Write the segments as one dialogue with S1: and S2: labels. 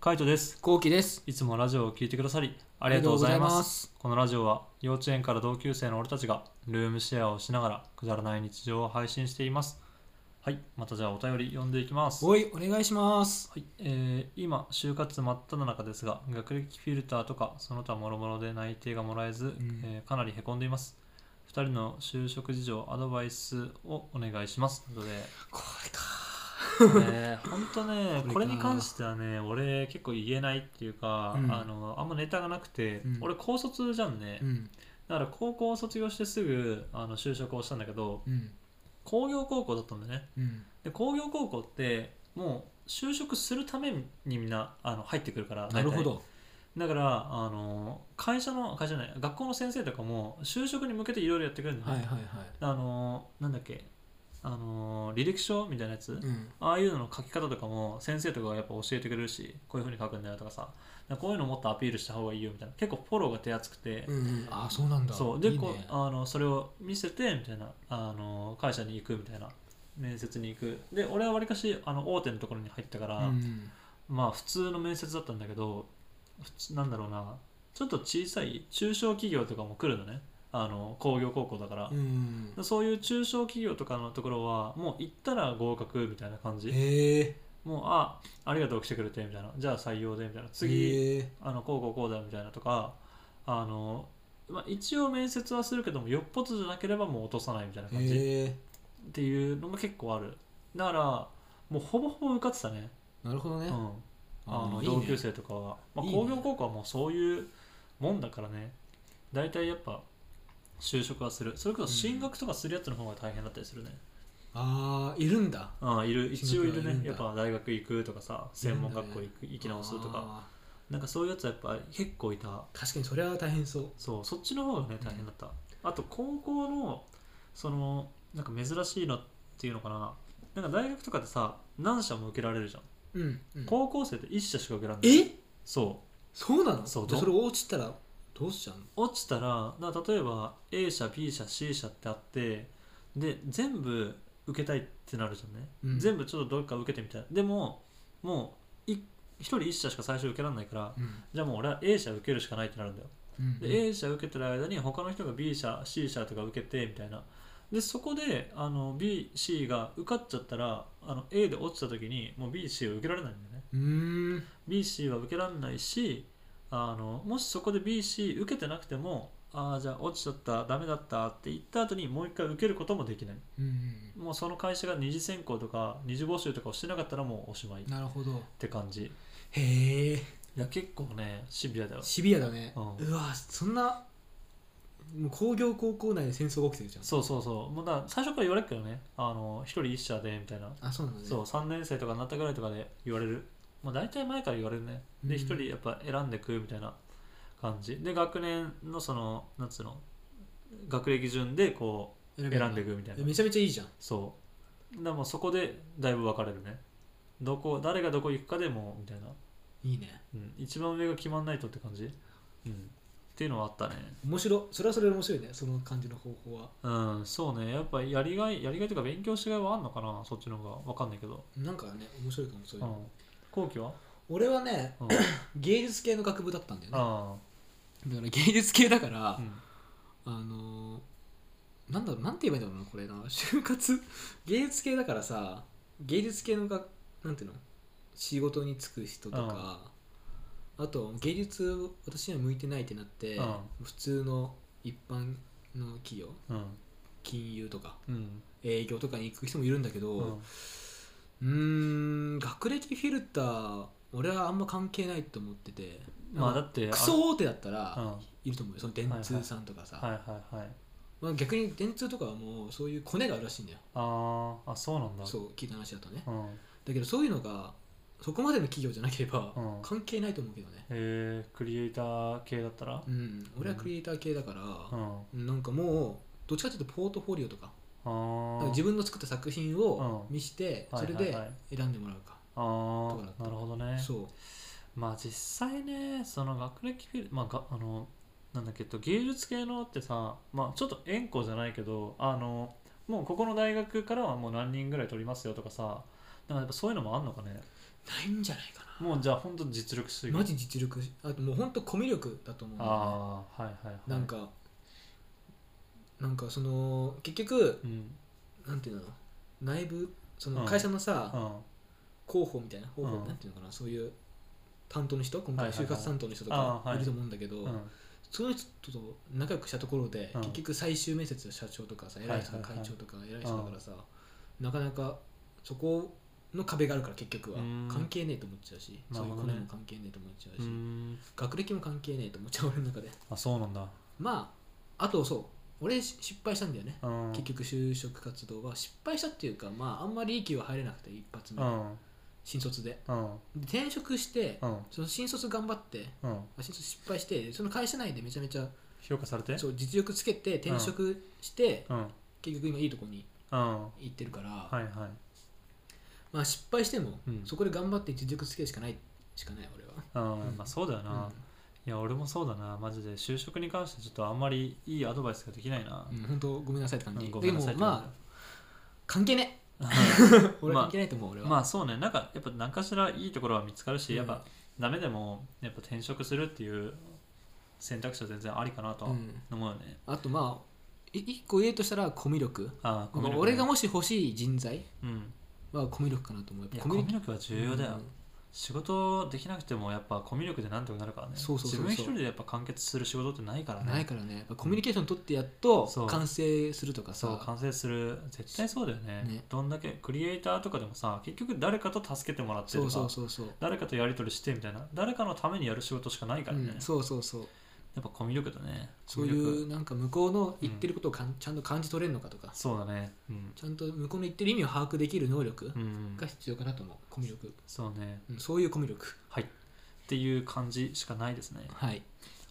S1: カイトです
S2: こうきです
S1: いつもラジオを聞いてくださりあ
S2: あ
S1: りがとうございます
S2: す
S1: このラジオは幼稚園から同級生の俺たちがルームシェアをしながらくだらない日常を配信していますはいまたじゃあお便り読んでいきますは
S2: おいお願いします
S1: い、えー、今就活真っ只中ですが学歴フィルターとかその他諸々で内定がもらえず、
S2: ん
S1: えーかなりへこんでいます2人の就職事情アドバイスをお願いしますということで
S2: これか
S1: ね本当ねこ
S2: こ
S1: れ
S2: れか
S1: に関してはね俺結構言えないっていうか、
S2: うん
S1: あのあんまネタがなくて、
S2: うん
S1: 俺高卒じゃんね、
S2: うん
S1: だから高校を卒業してすぐあの就職をしたんだけど
S2: うん
S1: 工業高校だったんだよね
S2: うん
S1: で工業高校ってもう就職するためにみんなあの入ってくるから
S2: なるほ
S1: 大体
S2: ど
S1: だからあの会社の会社じゃない学校の先生とかも就職に向けていろいろやってくれるんだよ
S2: はい
S1: ね、
S2: はいはい
S1: あのなんだっけあの履歴書みたいなやつ、
S2: うん
S1: ああいうのの書き方とかも先生とかがやっぱ教えてくれるしこういうふうに書くんだよとかさなんかこういうのもっとアピールした方がいいよみたいな結構フォローが手厚くて、
S2: うんうんあそうなんだ
S1: そうで
S2: いい
S1: こう
S2: ね
S1: あのそれを見せてみたいなあの会社に行くみたいな面接に行くで俺はわりかしあの大手のところに入ったから、
S2: うん
S1: まあ普通の面接だったんだけど普通なんだろうなちょっと小さい中小企業とかも来るのねあの工業高校だから
S2: う、ん
S1: そういう中小企業とかのところはもう行ったら合格みたいな感じ
S2: へえ
S1: もうあありがとう来てくれてみたいなじゃあ採用でみたいな次
S2: へえ
S1: あのこうこうこうだみたいなとかあの、まあ、一応面接はするけどもよっぽどじゃなければもう落とさないみたいな感じっ
S2: へえ
S1: ていうのが結構あるだからもうほぼほぼ受かってたね、
S2: なるほど
S1: う
S2: ね
S1: ん、あの
S2: いいね
S1: 同級生とかは、まあ、
S2: いいね
S1: 工業高校はもうそういうもんだからね大体やっぱ就職はするそれこそ進学とかするやつの方が大変だったりするね、
S2: ああいるんだ
S1: ああいる一応いる
S2: 進学はいる
S1: ね
S2: んだ
S1: やっぱ大学行くとかさ専門学校行く行
S2: 行
S1: き直すとかなんかそういうやつはやっぱ結構いた
S2: 確かにそれは大変そう
S1: そうそっちの方がね大変だった、あと高校のそのなんか珍しいのっていうのかななんか大学とかでさ何社も受けられるじゃん、
S2: うんうん
S1: 高校生って1社しか受けられない
S2: え
S1: そう
S2: そうなの
S1: そう
S2: で
S1: ど
S2: それ落ちたらどうしちゃうの
S1: 落ちたらだから例えば A 社 B 社 C 社ってあってで全部受けたいってなるじゃんね、
S2: うん
S1: 全部ちょっとどっか受けてみたいでももう1人1社しか最初受けられないから
S2: うん
S1: じゃあもう俺は A 社受けるしかないってなるんだよ
S2: うん
S1: で A 社受けてる間に他の人が B 社 C 社とか受けてみたいなでそこであの BC が受かっちゃったらあの A で落ちた時にもう BC は受けられないんだよね
S2: うーん
S1: BC は受けられないしあのもしそこで BC 受けてなくてもああじゃあ落ちちゃったダメだったって言った後にもう一回受けることもできない
S2: うん
S1: もうその会社が二次選考とか二次募集とかをしてなかったらもうおしまいっ
S2: なるほど
S1: て感じ
S2: へえ
S1: いや結構ねシビアだよ
S2: シビアだね、
S1: う
S2: うんわそんなもう工業高校内で戦争が起きてるじゃん
S1: そうそうそうもうだから最初から言われるけどねあの一人一社でみたいな
S2: あそうなんだね
S1: そう3年生とかになったぐらいとかで言われる、まあ、大体前から言われるねで
S2: うん
S1: 1人やっぱ選んでくみたいな感じで学年のそのなんつうの学歴順でこう
S2: 選べる
S1: 選んでいくみたいな
S2: めちゃめちゃいいじゃん
S1: そうでもそこでだいぶ分かれるねどこ誰がどこ行くかでもみたいな、
S2: いいね
S1: うん、一番上が決まんないとって感じ、うん、っていうのはあったね
S2: 面白それはそれで面白いねその感じの方法は
S1: うんそうねやっぱやりがいやりがいというか勉強しがいはあんのかなそっちの方が分かんないけど
S2: なんかね面白いかもそうれ、
S1: ん後期は、
S2: 俺はね
S1: うん、
S2: 芸術系の学部だったんだよね
S1: あ
S2: だから芸術系だか
S1: あ
S2: ら
S1: う、ん
S2: あのーなんだろうなんて言えばいいんだろうなこれな 就活芸術系だからさ芸術系のがなんていうの仕事に就く人とか、あと芸術私には向いてないってなって、
S1: う
S2: 普通の一般の企業
S1: うん
S2: 金融とか
S1: うん
S2: 営業とかに行く人もいるんだけ
S1: う
S2: ど
S1: ん
S2: うーん学歴フィルター俺はあんま関係ないと思ってて
S1: まあ
S2: あ
S1: だって
S2: クソ大手だった
S1: あうん
S2: らいると思うよその電通さんとかさ、
S1: はいはいはい
S2: まあ、逆に電通とかはもうそういうコネがあるらしいんだよ
S1: あーあそうなんだ
S2: そう聞いた話だとね
S1: うんへ
S2: だけどそういうのがそこまでの企業じゃなければ
S1: うん
S2: 関係ないと思うけどね
S1: えクリエイター系だったら
S2: うん俺はクリエイター系だか
S1: う
S2: ら、
S1: んあ
S2: なんかもうどっちかというとポートフォリオとか
S1: あ
S2: なんか自分の作った作品を
S1: うん
S2: 見して
S1: はい
S2: そ
S1: は
S2: れ
S1: いはい
S2: で選んでもらうか、
S1: あ
S2: とかだっ
S1: ー
S2: た
S1: なるほどね
S2: そ
S1: まあ実際ねその学歴フィルまあがあのなんだっけと芸術系のってさまあちょっと縁故じゃないけどあのもうここの大学からはもう何人ぐらい取りますよとかさなんかやっぱそういうのもあんのかね
S2: うないんじゃないかな
S1: もうじゃあ本当実力主義
S2: マジ実力あともう本当コミュ力だと思うんだよね
S1: ああはいはいはい
S2: なんか、なんかその結局
S1: うん
S2: なんていうの内部そうの
S1: ん
S2: 会社のさ、
S1: うん
S2: 広報みたいな広報、
S1: うん
S2: なんていうのかなそういう担当の人今
S1: は
S2: 回
S1: いはいはい
S2: 就活担当の人と
S1: あ
S2: か
S1: ーはい
S2: いると思うんだけど、
S1: うん
S2: その人と仲良くしたところで、
S1: うん
S2: 結局最終面接の社長とかさ偉い人の
S1: はいはい
S2: 会
S1: はい
S2: 長とか偉い人だからさ、なかなかそこの壁があるから結局は
S1: うん
S2: 関係ねえと思っちゃうし
S1: な
S2: そ
S1: る
S2: う
S1: ほ
S2: い
S1: ど
S2: うコ
S1: ね
S2: ネも関係ねえと思っちゃう
S1: う
S2: し、
S1: ん
S2: 学歴も関係ねえと思っちゃう俺の中で
S1: あそうなんだ
S2: まああとそう俺し失敗したんだよね
S1: うん
S2: 結局就職活動は失敗したっていうかまああんまりいい企業入れなくて一発目、
S1: うん
S2: 新卒で
S1: うん
S2: で転職して
S1: うん
S2: その新卒頑張って
S1: うん
S2: あ新卒失敗してその会社内でめちゃめちゃ
S1: 評価されて
S2: そう実力つけて転職して、
S1: うんうん
S2: 結局今いいとこに
S1: は
S2: 行ってるから、
S1: いはい
S2: まあ失敗しても、
S1: うん
S2: そこで頑張って実力つけるしかないしかない俺は、
S1: うんまあそうだよな、
S2: う
S1: いや俺もそうだなマジで就職に関してちょっとあんまりいいアドバイスができないな、
S2: んうん、本当ごめんなさいって感じ、
S1: うんごめ
S2: で
S1: んな
S2: も
S1: さいって
S2: まあ関係ね
S1: 感
S2: え俺は
S1: まあ
S2: 関係ないと思う俺
S1: じ
S2: は、
S1: まあそうねなんかやっぱ何かしらいいところは見つかるし、
S2: うん
S1: やっぱダメでもやっぱ転職するっていう選択肢は全然ありかなとは
S2: うん
S1: 思うよね、
S2: あとまあい一個言えるとしたらコミュ力
S1: ああコミュ力ね
S2: 俺がもし欲しい人材
S1: うん
S2: はコミュ力かなと思う
S1: い
S2: やっぱ
S1: や
S2: コ
S1: コミ
S2: ミュ
S1: ュ力は重要だよ、
S2: うん
S1: 仕事できなくてもやっぱコミュ力でなんとかなるからね
S2: そうそうそうそう
S1: 自分一人でやっぱ完結する仕事ってないからね
S2: ないからねやっぱコミュニケーション取ってやっと
S1: そう
S2: 完成するとかさ
S1: そう完成する絶対そうだよね
S2: ね
S1: どんだけクリエイターとかでもさ結局誰かと助けてもらってと
S2: そ
S1: か
S2: うそうそうそう
S1: 誰かとやり取りしてみたいな誰かのためにやる仕事しかないからね、
S2: うんそうそうそう
S1: やっぱコミュ力だね
S2: そう
S1: コミュ
S2: い
S1: 力
S2: うなんか向こうの言ってることをかん、ちゃんと感じ取れるのかとか
S1: そうだねうん、
S2: ちゃんと向こうの言ってる意味を把握できる能力
S1: うん
S2: が、必要かなと思うコミュ力、
S1: そうね
S2: うん、そういうコミュ力
S1: はいっていう感じしかないですね
S2: はい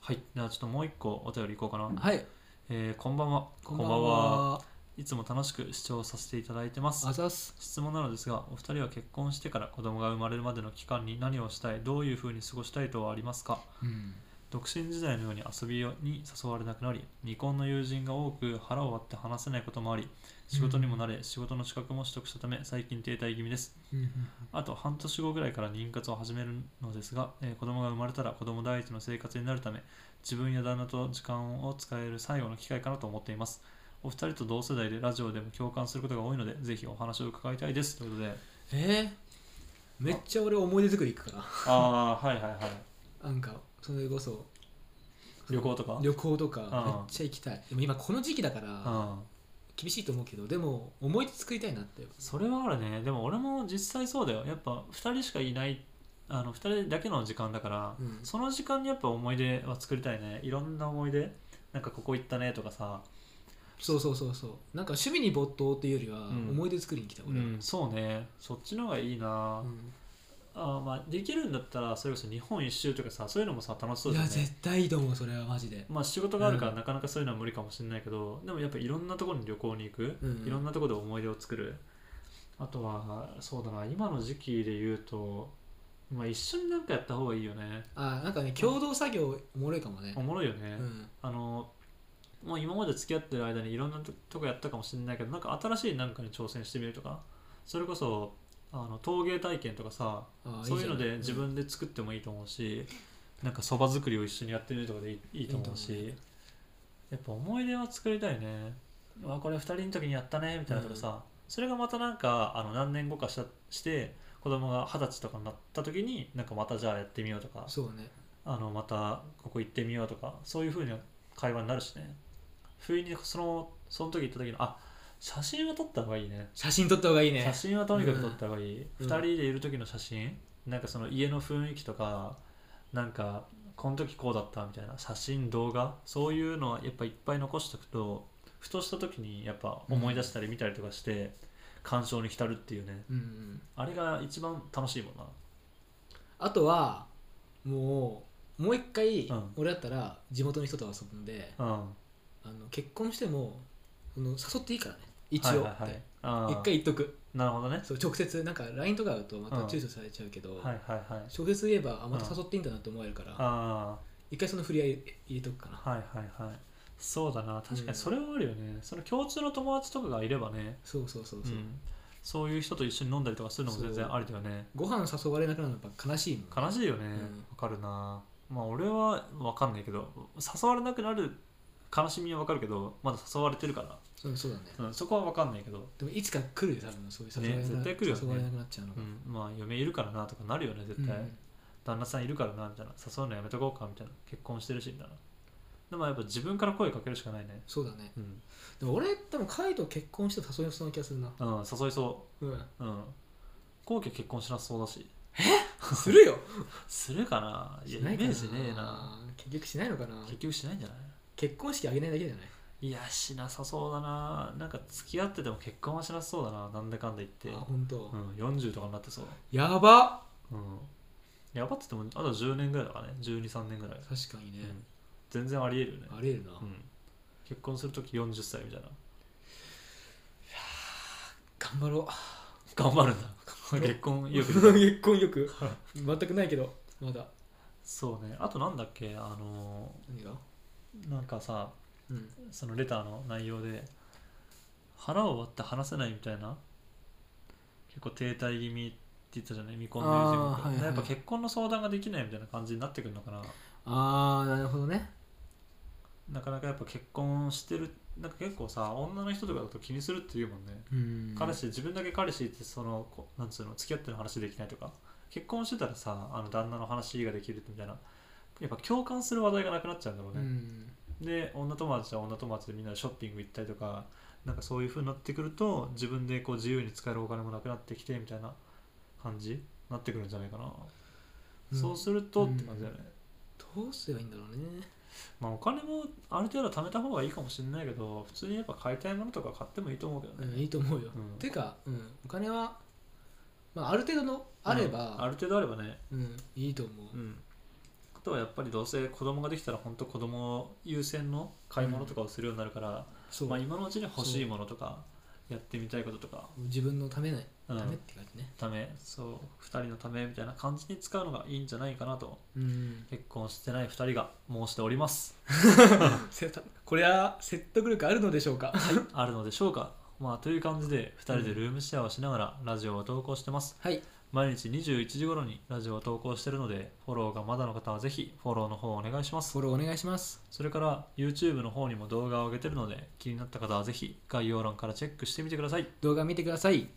S1: はいではちょっともう一個お便りいこうかな、
S2: はい
S1: えーこんばんは
S2: こんばんはい
S1: つも楽しく視聴させていただいてます
S2: あざっす
S1: 質問なのですがお二人は結婚してから子供が生まれるまでの期間に何をしたいどういうふうに過ごしたいとはありますか
S2: うん
S1: 独身時代のように遊びに誘われなくなり未婚の友人が多く腹を割って話せないこともあり仕事にも慣れ、仕事の資格も取得したため最近停滞気味です
S2: うんうん
S1: あと半年後ぐらいから妊活を始めるのですが、えー子供が生まれたら子供第一の生活になるため自分や旦那と時間を使える最後の機会かなと思っていますお二人と同世代でラジオでも共感することが多いのでぜひお話を伺いたいですということで
S2: えー、めっちゃ俺思い出作り行くから
S1: ああはいはいはい
S2: なんかそれこそ
S1: 旅行とか
S2: 旅行とかめっ
S1: ん
S2: ちゃ行きたいでも今この時期だから
S1: うん
S2: 厳しいと思うけどでも思い出作りたいなって
S1: それはあるねでも俺も実際そうだよやっぱ2人しかいないあの2人だけの時間だから、
S2: うん
S1: その時間にやっぱ思い出は作りたいねいろんな思い出なんかここ行ったねとかさ、
S2: そうそうそうそうなんか趣味に没頭っていうよりは
S1: うん
S2: 思い出作りに来た
S1: う
S2: 俺は、
S1: ん、そうねそっちの方がいいな、
S2: うん
S1: あまあできるんだったらそれこそ日本一周とかさそういうのもさ楽しそう
S2: い
S1: だ
S2: や
S1: よね
S2: 絶対いいと思うそれはマジで
S1: まあ仕事があるから
S2: うん
S1: なかなかそういうのは無理かもしれないけど、でもやっぱいろんなところに旅行に行く、
S2: うん
S1: いろんなところで思い出を作るあとはそうだな今の時期で言うと、まあ、一緒になんかやった方がいいよね
S2: あなんかね共同作業おもろいかもね
S1: おもろいよね、
S2: うん
S1: あのもう今まで付き合ってる間にいろんなととこやったかもしれないけどなんか新しい何かに挑戦してみるとかそれこそあの陶芸体験とかさ
S2: あ
S1: そういうの
S2: じゃ
S1: で
S2: ん
S1: 自分で作ってもいいと思うし、なんかそば作りを一緒にやってみるとかでいいいいと思うし
S2: いいと思
S1: やっぱ思い出は作りたいねうわこれ2人の時にやったねみたいなとかさ、それがまたなんかあの何年後かしたして子供が二十歳とかになった時になんかまたじゃあやってみようとか
S2: そうね
S1: あのまたここ行ってみようとかそういうふうな会話になるしね不意にそのその時行った時のあ写真は撮った方がいいね
S2: 写真撮った方がいいね
S1: 写真はとにかく撮った方がいい、
S2: うん
S1: 2人でいる時の写真なんかその家の雰囲気とかなんかこの時こうだったみたいな写真動画そういうのはやっぱいっぱい残しておくとふとした時にやっぱ思い出したり見たりとかして鑑賞に浸るっていうね
S2: うんうん
S1: あれが一番楽しいもんな
S2: あとはもうもう一回、
S1: うん
S2: 俺だったら地元の人と遊んで、
S1: うん
S2: あの結婚してもその誘っていいからね一応って、
S1: はいはいはいあー
S2: 一回言っとく
S1: なるほどね
S2: そう直接なんか LINE とかだとまた
S1: うん
S2: 躊躇されちゃうけど、
S1: はいはいはい
S2: 直接言えばあまた
S1: うん
S2: 誘っていいんだなって思えるから、
S1: あ
S2: 一回その振り合い入れとくかな
S1: あはいはいはいそうだな確か
S2: うん
S1: にそれはあるよね、その共通の友達とかがいればね
S2: そうそうそうそう、
S1: うんそういう人と一緒に飲んだりとかするのも全然ありだよね
S2: ご飯誘われなくなるのやっぱ悲しいもん
S1: 悲しいよねわ、
S2: うん
S1: かるなまあ俺はわかんないけど誘われなくなる悲しみはわかるけどまだ誘われてるか
S2: そうそうだね
S1: ら、うん、そこはわかんないけど、
S2: でもいつか来るよ多分そういう誘われ,、
S1: ね絶対来るよね
S2: 誘われなくなっちゃうの
S1: う
S2: が、
S1: ん、まあ嫁いるからなとかなるよね絶対、
S2: うん
S1: 旦那さんいるからなみたいな誘うのやめとこうかみたいな結婚してるしみたいなでもやっぱ自分から声かけるしかないね
S2: そうだね
S1: うん、
S2: でも俺多分カイと結婚して誘いそうな気がするな
S1: うん、誘いそ
S2: うん
S1: ううん後期結婚しなそうだし
S2: するよ
S1: するかないやイメージねえな
S2: 結局しないのかな
S1: 結局しないんじゃない
S2: 結婚式あげないだけじゃない
S1: いやしなさそうだななんか付き合ってても結婚はしなさそうだななんだかんだ言って
S2: あ本当、
S1: うん40とかになってそう
S2: やば
S1: うんやばっててもあと10年ぐらいだからね123年ぐらい、
S2: 確かに
S1: う
S2: ね、
S1: ん、全然ありえるよね
S2: ありえるな、
S1: うん、結婚するとき40歳みたいな
S2: 頑張ろ
S1: 頑張 るんだ
S2: 張ろう
S1: 結婚
S2: う
S1: よく
S2: 結婚 よく全くないけどまだ
S1: そうねあとなんだっけあの
S2: 何が
S1: ーなんかさ
S2: うん
S1: そのレターの内容で腹を割って話せないみたいな結構停滞気味って言ったじゃない未婚の友人が
S2: あーはいはい
S1: やっぱ結婚の相談ができないみたいな感じになってくるのかな
S2: ああなるほどね
S1: なかなかやっぱ結婚してるなんか結構さ女の人とかだと気にするって言うもんね、
S2: うん
S1: 彼氏自分だけ彼氏ってそのこなんつうの付き合ってる話できないとか結婚してたらさあの旦那の話ができるみたいなやっぱ共感する話題がなくなっちゃうんだろう
S2: う
S1: ね、
S2: ん
S1: で女友達は女友達でみんなでショッピング行ったりとかなんかそういう風になってくると自分でこう自由に使えるお金もなくなってきてみたいな感じになってくるんじゃないかな、
S2: うん
S1: そうするとって感じだよね、
S2: どうすればいいんだろうね
S1: まあお金もある程度貯めた方がいいかもしれないけど普通にやっぱ買いたいものとか買ってもいいと思うけど
S2: う
S1: ね、
S2: んいいと思うよ、
S1: うん
S2: てか、うん、お金は、まあ、ある程度のあれ
S1: うんあ
S2: ば、
S1: る程度あればね
S2: うんいいと思う、
S1: うん、あとはやっぱりどうせ子供ができたら本当子供優先の買い物とかをするようになるから、
S2: そう、
S1: まあ、今のうちに欲しいものとかやってみたいこととか、
S2: 自分のためない、
S1: うん
S2: ためって感じね
S1: ためそう2人のためみたいな感じに使うのがいいんじゃないかなと
S2: うん
S1: 結婚してない2人が申しております
S2: せたこれは説得力あるのでしょうか
S1: あるのでしょうかまあという感じで2人でルームシェアをしながらラジオを投稿してます
S2: はい
S1: 毎日21時頃にラジオを投稿してるのでフォローがまだの方はぜひフォローの方をお願いします
S2: フォローお願いします
S1: それから YouTube の方にも動画を上げてるので気になった方はぜひ概要欄からチェックしてみてください。
S2: 動画見てください